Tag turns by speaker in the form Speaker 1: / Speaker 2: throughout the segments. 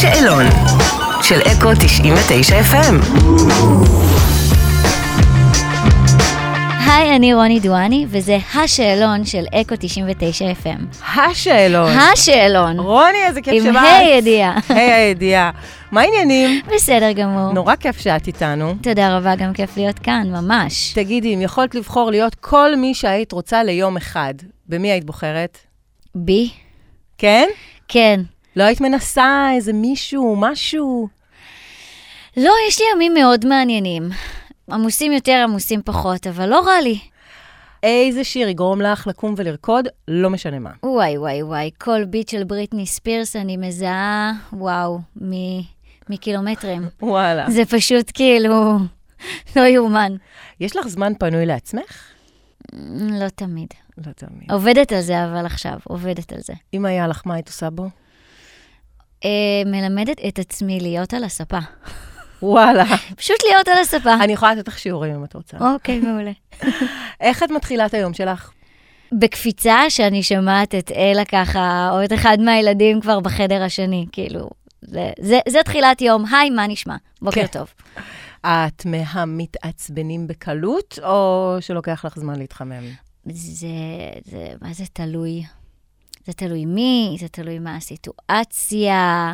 Speaker 1: שאלון של אקו 99 FM.
Speaker 2: היי, אני רוני דואני, וזה השאלון של אקו 99 FM.
Speaker 3: השאלון.
Speaker 2: השאלון.
Speaker 3: רוני, איזה כיף
Speaker 2: עם
Speaker 3: שבאת.
Speaker 2: ה' ידיעה.
Speaker 3: היי הידיעה. מה העניינים?
Speaker 2: בסדר גמור.
Speaker 3: נורא כיף שאת איתנו.
Speaker 2: תודה רבה, גם כיף להיות כאן, ממש.
Speaker 3: תגידי, אם יכולת לבחור להיות כל מי שהיית רוצה ליום אחד, במי היית בוחרת?
Speaker 2: בי?
Speaker 3: כן?
Speaker 2: כן.
Speaker 3: לא היית מנסה איזה מישהו, משהו?
Speaker 2: לא, יש לי ימים מאוד מעניינים. עמוסים יותר, עמוסים פחות, אבל לא רע לי.
Speaker 3: איזה שיר יגרום לך לקום ולרקוד? לא משנה מה.
Speaker 2: וואי, וואי, וואי, כל ביט של בריטני ספירס אני מזהה, וואו, מ... מקילומטרים.
Speaker 3: וואלה.
Speaker 2: זה פשוט כאילו, לא יאומן.
Speaker 3: יש לך זמן פנוי לעצמך?
Speaker 2: לא תמיד.
Speaker 3: לא תמיד.
Speaker 2: עובדת על זה, אבל עכשיו, עובדת על זה.
Speaker 3: אם היה לך, מה היית עושה בו?
Speaker 2: אה, מלמדת את עצמי להיות על הספה.
Speaker 3: וואלה.
Speaker 2: פשוט להיות על הספה.
Speaker 3: אני יכולה לתת לך שיעורים אם את רוצה.
Speaker 2: אוקיי, מעולה.
Speaker 3: איך את מתחילה את היום שלך?
Speaker 2: בקפיצה שאני שומעת את אלה ככה, או את אחד מהילדים כבר בחדר השני, כאילו, זה, זה, זה תחילת יום. היי, מה נשמע? בוקר
Speaker 3: כן.
Speaker 2: טוב.
Speaker 3: את מהמתעצבנים בקלות, או שלוקח לך זמן להתחמם?
Speaker 2: זה, זה, מה זה תלוי? זה תלוי מי, זה תלוי מה הסיטואציה,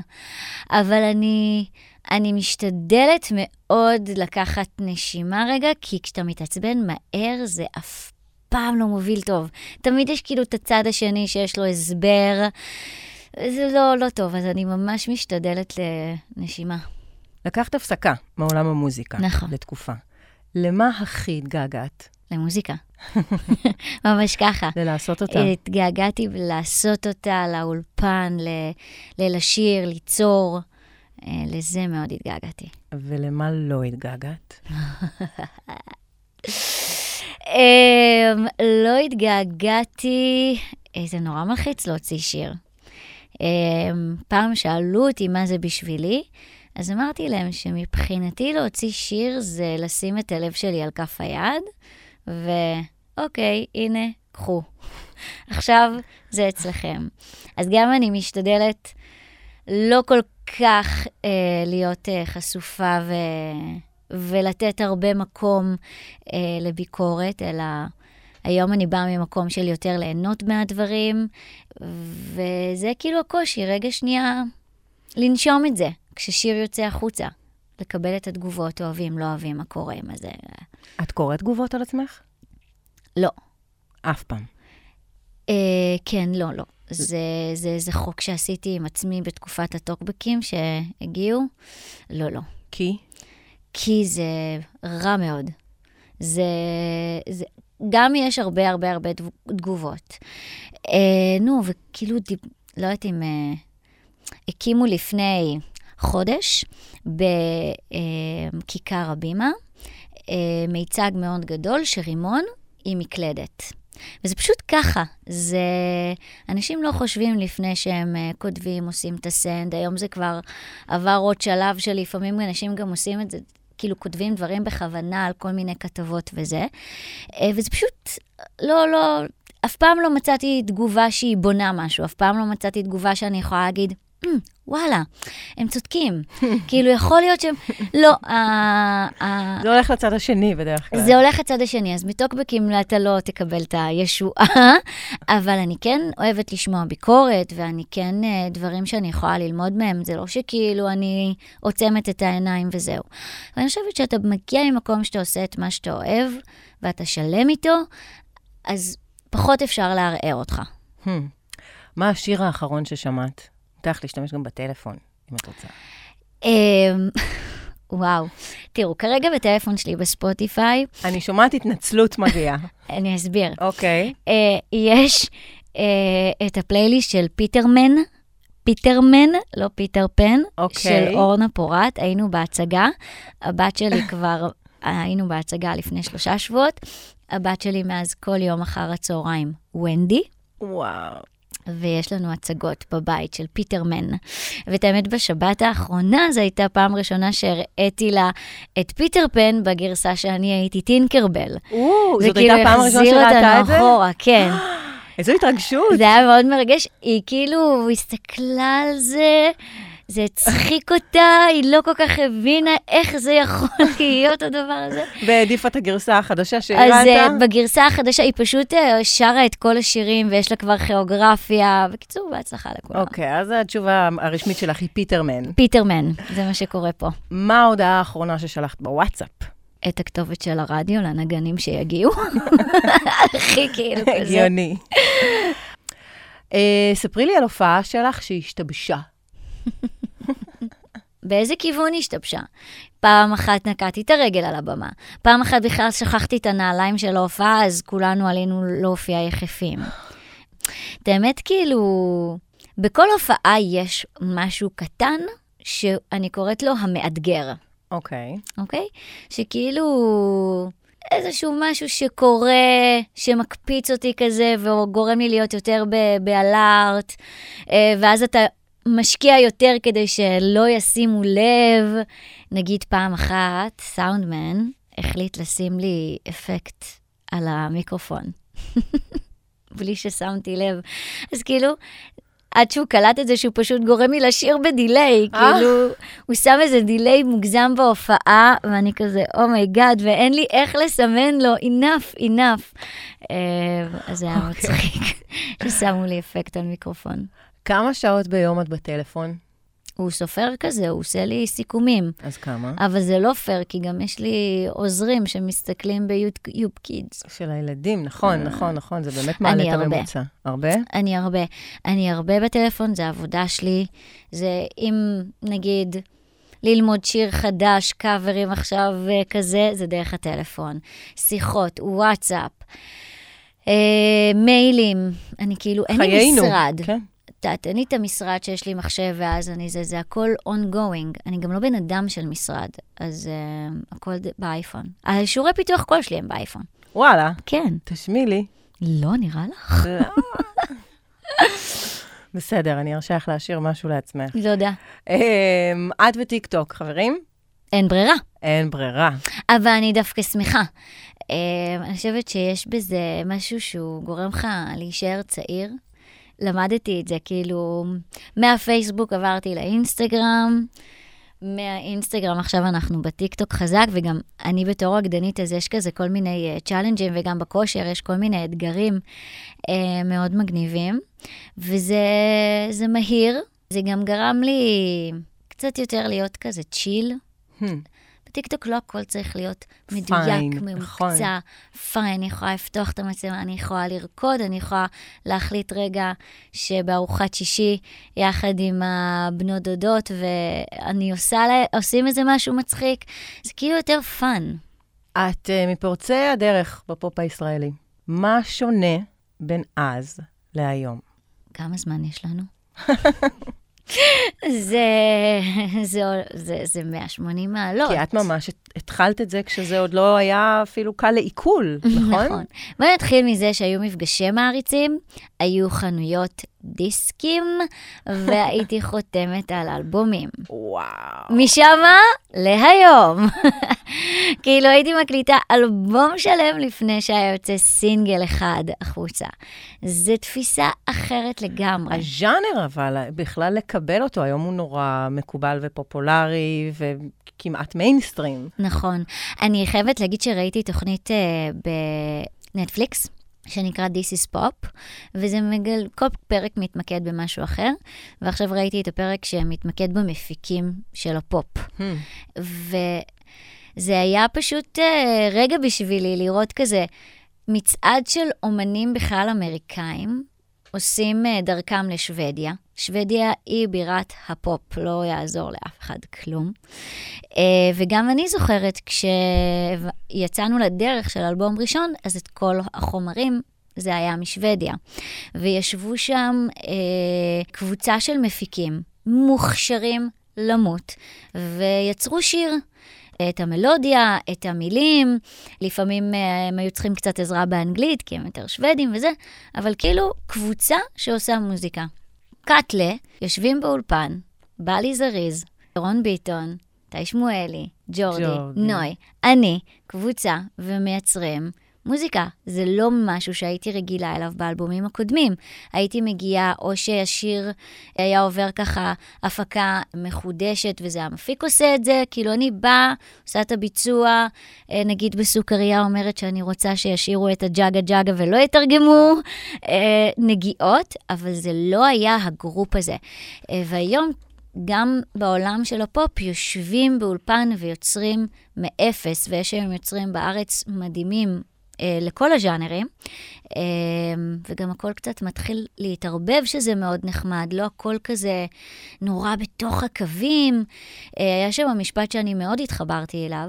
Speaker 2: אבל אני, אני משתדלת מאוד לקחת נשימה רגע, כי כשאתה מתעצבן מהר, זה אף פעם לא מוביל טוב. תמיד יש כאילו את הצד השני שיש לו הסבר. זה לא, לא טוב, אז אני ממש משתדלת לנשימה.
Speaker 3: לקחת הפסקה מעולם המוזיקה.
Speaker 2: נכון.
Speaker 3: לתקופה. למה הכי התגעגעת?
Speaker 2: למוזיקה. ממש ככה.
Speaker 3: ללעשות אותה.
Speaker 2: אה, התגעגעתי לעשות אותה לאולפן, ל- ל- לשיר, ליצור. אה, לזה מאוד התגעגעתי.
Speaker 3: ולמה לא התגעגעת?
Speaker 2: אמ, לא התגעגעתי, אה, זה נורא מלחיץ להוציא שיר. אמ, פעם שאלו אותי מה זה בשבילי, אז אמרתי להם שמבחינתי להוציא שיר זה לשים את הלב שלי על כף היד, ואוקיי, הנה, קחו. עכשיו זה אצלכם. אז גם אני משתדלת לא כל כך אה, להיות אה, חשופה ו... ולתת הרבה מקום אה, לביקורת, אלא היום אני באה ממקום של יותר ליהנות מהדברים, וזה כאילו הקושי, רגע שנייה לנשום את זה, כששיר יוצא החוצה. לקבל את התגובות, אוהבים, לא אוהבים, מה קורה עם זה.
Speaker 3: את קוראת תגובות על עצמך?
Speaker 2: לא.
Speaker 3: אף פעם.
Speaker 2: אה, כן, לא, לא. זה, זה, זה חוק שעשיתי עם עצמי בתקופת הטוקבקים שהגיעו. לא, לא.
Speaker 3: כי?
Speaker 2: כי זה רע מאוד. זה... זה גם יש הרבה הרבה הרבה תב- תגובות. אה, נו, וכאילו, דיב, לא יודעת אם... אה, הקימו לפני חודש בכיכר הבימה אה, מיצג מאוד גדול שרימון היא מקלדת. וזה פשוט ככה, זה... אנשים לא חושבים לפני שהם אה, כותבים, עושים את הסנד, היום זה כבר עבר עוד שלב שלפעמים אנשים גם עושים את זה, כאילו כותבים דברים בכוונה על כל מיני כתבות וזה, אה, וזה פשוט לא, לא, אף פעם לא מצאתי תגובה שהיא בונה משהו, אף פעם לא מצאתי תגובה שאני יכולה להגיד, "אמ, וואלה, הם צודקים. כאילו, יכול להיות שהם... לא, ה- ה-
Speaker 3: זה הולך לצד השני בדרך כלל.
Speaker 2: זה הולך לצד השני, אז מטוקבקים אתה לא תקבל את הישועה, אבל אני כן אוהבת לשמוע ביקורת, ואני כן, אה, דברים שאני יכולה ללמוד מהם, זה לא שכאילו אני עוצמת את העיניים וזהו. ואני חושבת שאתה מגיע ממקום שאתה עושה את מה שאתה אוהב, ואתה שלם איתו, אז פחות אפשר לערער אותך.
Speaker 3: Hmm. מה השיר האחרון ששמעת? מותר לך להשתמש גם בטלפון, אם את רוצה.
Speaker 2: אמ, וואו. תראו, כרגע בטלפון שלי בספוטיפיי,
Speaker 3: אני שומעת התנצלות מגיעה.
Speaker 2: אני אסביר.
Speaker 3: אוקיי.
Speaker 2: אה, יש אה, את הפלייליסט של פיטרמן, פיטרמן, לא פיטר פן,
Speaker 3: אוקיי.
Speaker 2: של אורנה פורת, היינו בהצגה. הבת שלי כבר, היינו בהצגה לפני שלושה שבועות. הבת שלי מאז כל יום אחר הצהריים, ונדי.
Speaker 3: וואו.
Speaker 2: ויש לנו הצגות בבית של פיטרמן. ואת האמת, בשבת האחרונה זו הייתה פעם ראשונה שהראיתי לה את פיטר פן בגרסה שאני הייתי טינקרבל.
Speaker 3: או, זאת הייתה
Speaker 2: כאילו
Speaker 3: פעם ראשונה שראתה
Speaker 2: אותנו
Speaker 3: את זה?
Speaker 2: אחורה, כן.
Speaker 3: איזו התרגשות.
Speaker 2: זה היה מאוד מרגש. היא כאילו הסתכלה על זה, זה הצחיק אותה, היא לא כל כך הבינה איך זה יכול להיות הדבר הזה.
Speaker 3: והעדיפה את הגרסה החדשה
Speaker 2: אז אה,
Speaker 3: שהראתה.
Speaker 2: בגרסה החדשה היא פשוט אה, שרה את כל השירים ויש לה כבר כיאוגרפיה. בקיצור, בהצלחה לכולם.
Speaker 3: אוקיי, אז התשובה הרשמית שלך היא פיטרמן.
Speaker 2: פיטרמן, זה מה שקורה פה.
Speaker 3: מה ההודעה האחרונה ששלחת בוואטסאפ?
Speaker 2: את הכתובת של הרדיו לנגנים שיגיעו. הכי כאילו כזה.
Speaker 3: הגיוני. אה, ספרי לי על הופעה שלך שהשתבשה.
Speaker 2: באיזה כיוון היא השתבשה? פעם אחת נקעתי את הרגל על הבמה, פעם אחת בכלל שכחתי את הנעליים של ההופעה, אז כולנו עלינו להופיע יחפים. את האמת, כאילו, בכל הופעה יש משהו קטן שאני קוראת לו המאתגר,
Speaker 3: אוקיי.
Speaker 2: אוקיי? שכאילו... איזשהו משהו שקורה, שמקפיץ אותי כזה, וגורם לי להיות יותר ב- באלארט, אה, ואז אתה משקיע יותר כדי שלא ישימו לב. נגיד פעם אחת, סאונדמן החליט לשים לי אפקט על המיקרופון, בלי ששמתי לב. אז כאילו... עד שהוא קלט את זה שהוא פשוט גורם לי לשיר בדיליי,
Speaker 3: אה.
Speaker 2: כאילו, הוא שם איזה דיליי מוגזם בהופעה, ואני כזה, אומייגאד, ואין לי איך לסמן לו, enough, enough. אה, אז זה היה מצחיק, ששמו לי אפקט על מיקרופון.
Speaker 3: כמה שעות ביום את בטלפון?
Speaker 2: הוא סופר כזה, הוא עושה לי סיכומים.
Speaker 3: אז כמה?
Speaker 2: אבל זה לא פייר, כי גם יש לי עוזרים שמסתכלים ביוטיוב קידס.
Speaker 3: של הילדים, נכון, נכון, נכון, זה באמת
Speaker 2: אה.
Speaker 3: מעלה
Speaker 2: אני
Speaker 3: את
Speaker 2: הרבה.
Speaker 3: הממוצע. הרבה?
Speaker 2: אני הרבה. אני הרבה בטלפון, זה העבודה שלי. זה אם, נגיד, ללמוד שיר חדש, קאברים עכשיו אה, כזה, זה דרך הטלפון. שיחות, וואטסאפ, אה, מיילים. אני כאילו, אין לי
Speaker 3: חיינו.
Speaker 2: משרד.
Speaker 3: כן.
Speaker 2: אתה תן לי את המשרד שיש לי מחשב, ואז אני זה, זה הכל ongoing. אני גם לא בן אדם של משרד, אז uh, הכל ד- באייפון. השיעורי פיתוח קול שלי הם באייפון.
Speaker 3: וואלה,
Speaker 2: כן.
Speaker 3: תשמעי לי.
Speaker 2: לא, נראה לך?
Speaker 3: בסדר, אני ארשה לך להשאיר משהו לעצמך.
Speaker 2: לא יודע.
Speaker 3: אמ, את וטיקטוק, חברים?
Speaker 2: אין ברירה.
Speaker 3: אין ברירה.
Speaker 2: אבל אני דווקא שמחה. אה, אני חושבת שיש בזה משהו שהוא גורם לך להישאר צעיר. למדתי את זה, כאילו, מהפייסבוק עברתי לאינסטגרם, מהאינסטגרם עכשיו אנחנו בטיקטוק חזק, וגם אני בתור רקדנית, אז יש כזה כל מיני אה, צ'אלנג'ים, וגם בכושר יש כל מיני אתגרים אה, מאוד מגניבים. וזה זה מהיר, זה גם גרם לי קצת יותר להיות כזה צ'יל.
Speaker 3: הם.
Speaker 2: בטיקטוק לא הכל צריך להיות מדויק,
Speaker 3: Hmm. Fine, נכון.
Speaker 2: ממוקצע, פיין, אני יכולה לפתוח את המצלמה, אני יכולה לרקוד, אני יכולה להחליט רגע שבארוחת שישי, יחד עם הבנות דודות, ואני עושה, לה- עושים איזה משהו מצחיק, זה כאילו יותר פאן.
Speaker 3: את אה, מפורצי הדרך בפופ הישראלי. מה שונה בין אז להיום?
Speaker 2: כמה זמן יש לנו? זה, זה, זה, זה 180 מעלות.
Speaker 3: כי את ממש הת- התחלת את זה כשזה עוד לא היה אפילו קל לעיכול, נכון?
Speaker 2: נכון. בוא נתחיל מזה שהיו מפגשי מעריצים, היו חנויות דיסקים, והייתי חותמת על אלבומים.
Speaker 3: וואו.
Speaker 2: משמה להיום. כאילו הייתי מקליטה אלבום שלם לפני שהיה יוצא סינגל אחד החוצה. זו תפיסה אחרת לגמרי.
Speaker 3: הז'אנר, אבל בכלל לקבל אותו, היום הוא נורא מקובל ופופולרי וכמעט מיינסטרים.
Speaker 2: נכון. אני חייבת להגיד שראיתי תוכנית אה, בנטפליקס. שנקרא This is Pop, וזה מגל... כל פרק מתמקד במשהו אחר, ועכשיו ראיתי את הפרק שמתמקד במפיקים של הפופ. וזה היה פשוט אה, רגע בשבילי לראות כזה מצעד של אומנים בכלל אמריקאים עושים אה, דרכם לשוודיה. שוודיה היא בירת הפופ, לא יעזור לאף אחד כלום. אה, וגם אני זוכרת, כשיצאנו לדרך של אלבום ראשון, אז את כל החומרים, זה היה משוודיה. וישבו שם אה, קבוצה של מפיקים מוכשרים למות, ויצרו שיר. את המלודיה, את המילים, לפעמים אה, הם היו צריכים קצת עזרה באנגלית, כי הם יותר שוודים וזה, אבל כאילו קבוצה שעושה מוזיקה. קאטלה, יושבים באולפן, בא לי זריז, רון ביטון, איתי שמואלי, ג'ורדי,
Speaker 3: ג'ורדי.
Speaker 2: ג'ורדי, נוי, אני, קבוצה, ומייצרים מוזיקה. זה לא משהו שהייתי רגילה אליו באלבומים הקודמים. הייתי מגיעה, או שהשיר היה עובר ככה הפקה מחודשת, וזה המפיק עושה את זה, כאילו אני באה, עושה את הביצוע, אה, נגיד בסוכריה אומרת שאני רוצה שישירו את הג'אגה ג'אגה ולא יתרגמו אה, נגיעות, אבל זה לא היה הגרופ הזה. אה, והיום גם בעולם של הפופ יושבים באולפן ויוצרים מאפס, ויש היום יוצרים בארץ מדהימים אה, לכל הז'אנרים, אה, וגם הכל קצת מתחיל להתערבב, שזה מאוד נחמד, לא הכל כזה נורא בתוך הקווים. אה, היה שם משפט שאני מאוד התחברתי אליו,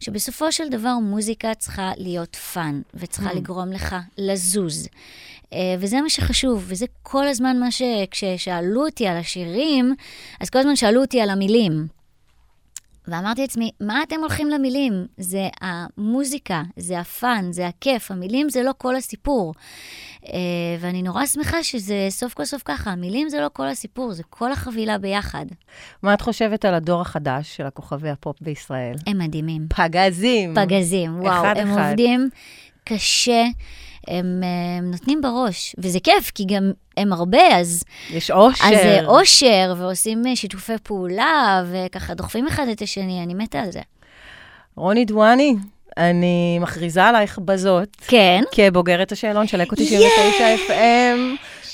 Speaker 2: שבסופו של דבר מוזיקה צריכה להיות פאן, וצריכה לגרום לך לזוז. אה, וזה מה שחשוב, וזה כל הזמן מה ש... כששאלו אותי על השירים, אז כל הזמן שאלו אותי על המילים. ואמרתי לעצמי, מה אתם הולכים למילים? זה המוזיקה, זה הפאן, זה הכיף, המילים זה לא כל הסיפור. אה, ואני נורא שמחה שזה סוף כל סוף ככה, המילים זה לא כל הסיפור, זה כל החבילה ביחד.
Speaker 3: מה את חושבת על הדור החדש של הכוכבי הפופ בישראל?
Speaker 2: הם מדהימים.
Speaker 3: פגזים.
Speaker 2: פגזים, וואו,
Speaker 3: Mm. אחד,
Speaker 2: הם
Speaker 3: אחד.
Speaker 2: עובדים קשה, הם, אה, הם נותנים בראש, וזה כיף, כי גם הם הרבה, אז
Speaker 3: יש אושר.
Speaker 2: אז אה, זה אושר, ועושים אה, שיתופי פעולה, וככה דוחפים אחד את השני, אני מתה על זה.
Speaker 3: רוני דואני, אני מכריזה עלייך בזאת.
Speaker 2: כן.
Speaker 3: כבוגרת השאלון של אקו 99 FM,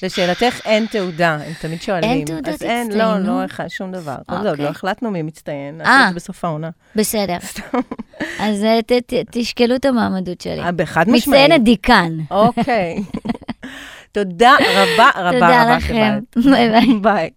Speaker 3: לשאלתך אין תעודה, הם תמיד שואלים.
Speaker 2: אין תעודת
Speaker 3: אז אין, לא,
Speaker 2: הצטיינות?
Speaker 3: לא, איך- שום דבר. קודם כל, עוד
Speaker 2: אוקיי.
Speaker 3: לא החלטנו מי מצטיין,
Speaker 2: אה.
Speaker 3: נעשה את זה בסוף העונה.
Speaker 2: בסדר. אז אה, ת, ת, תשקלו את המעמדות שלי.
Speaker 3: אה, בחד משמעית.
Speaker 2: מצטיינת דיקן.
Speaker 3: אוקיי. תודה רבה רבה
Speaker 2: תודה
Speaker 3: רבה
Speaker 2: לכם.
Speaker 3: שבאת.
Speaker 2: ביי ביי.
Speaker 3: ביי.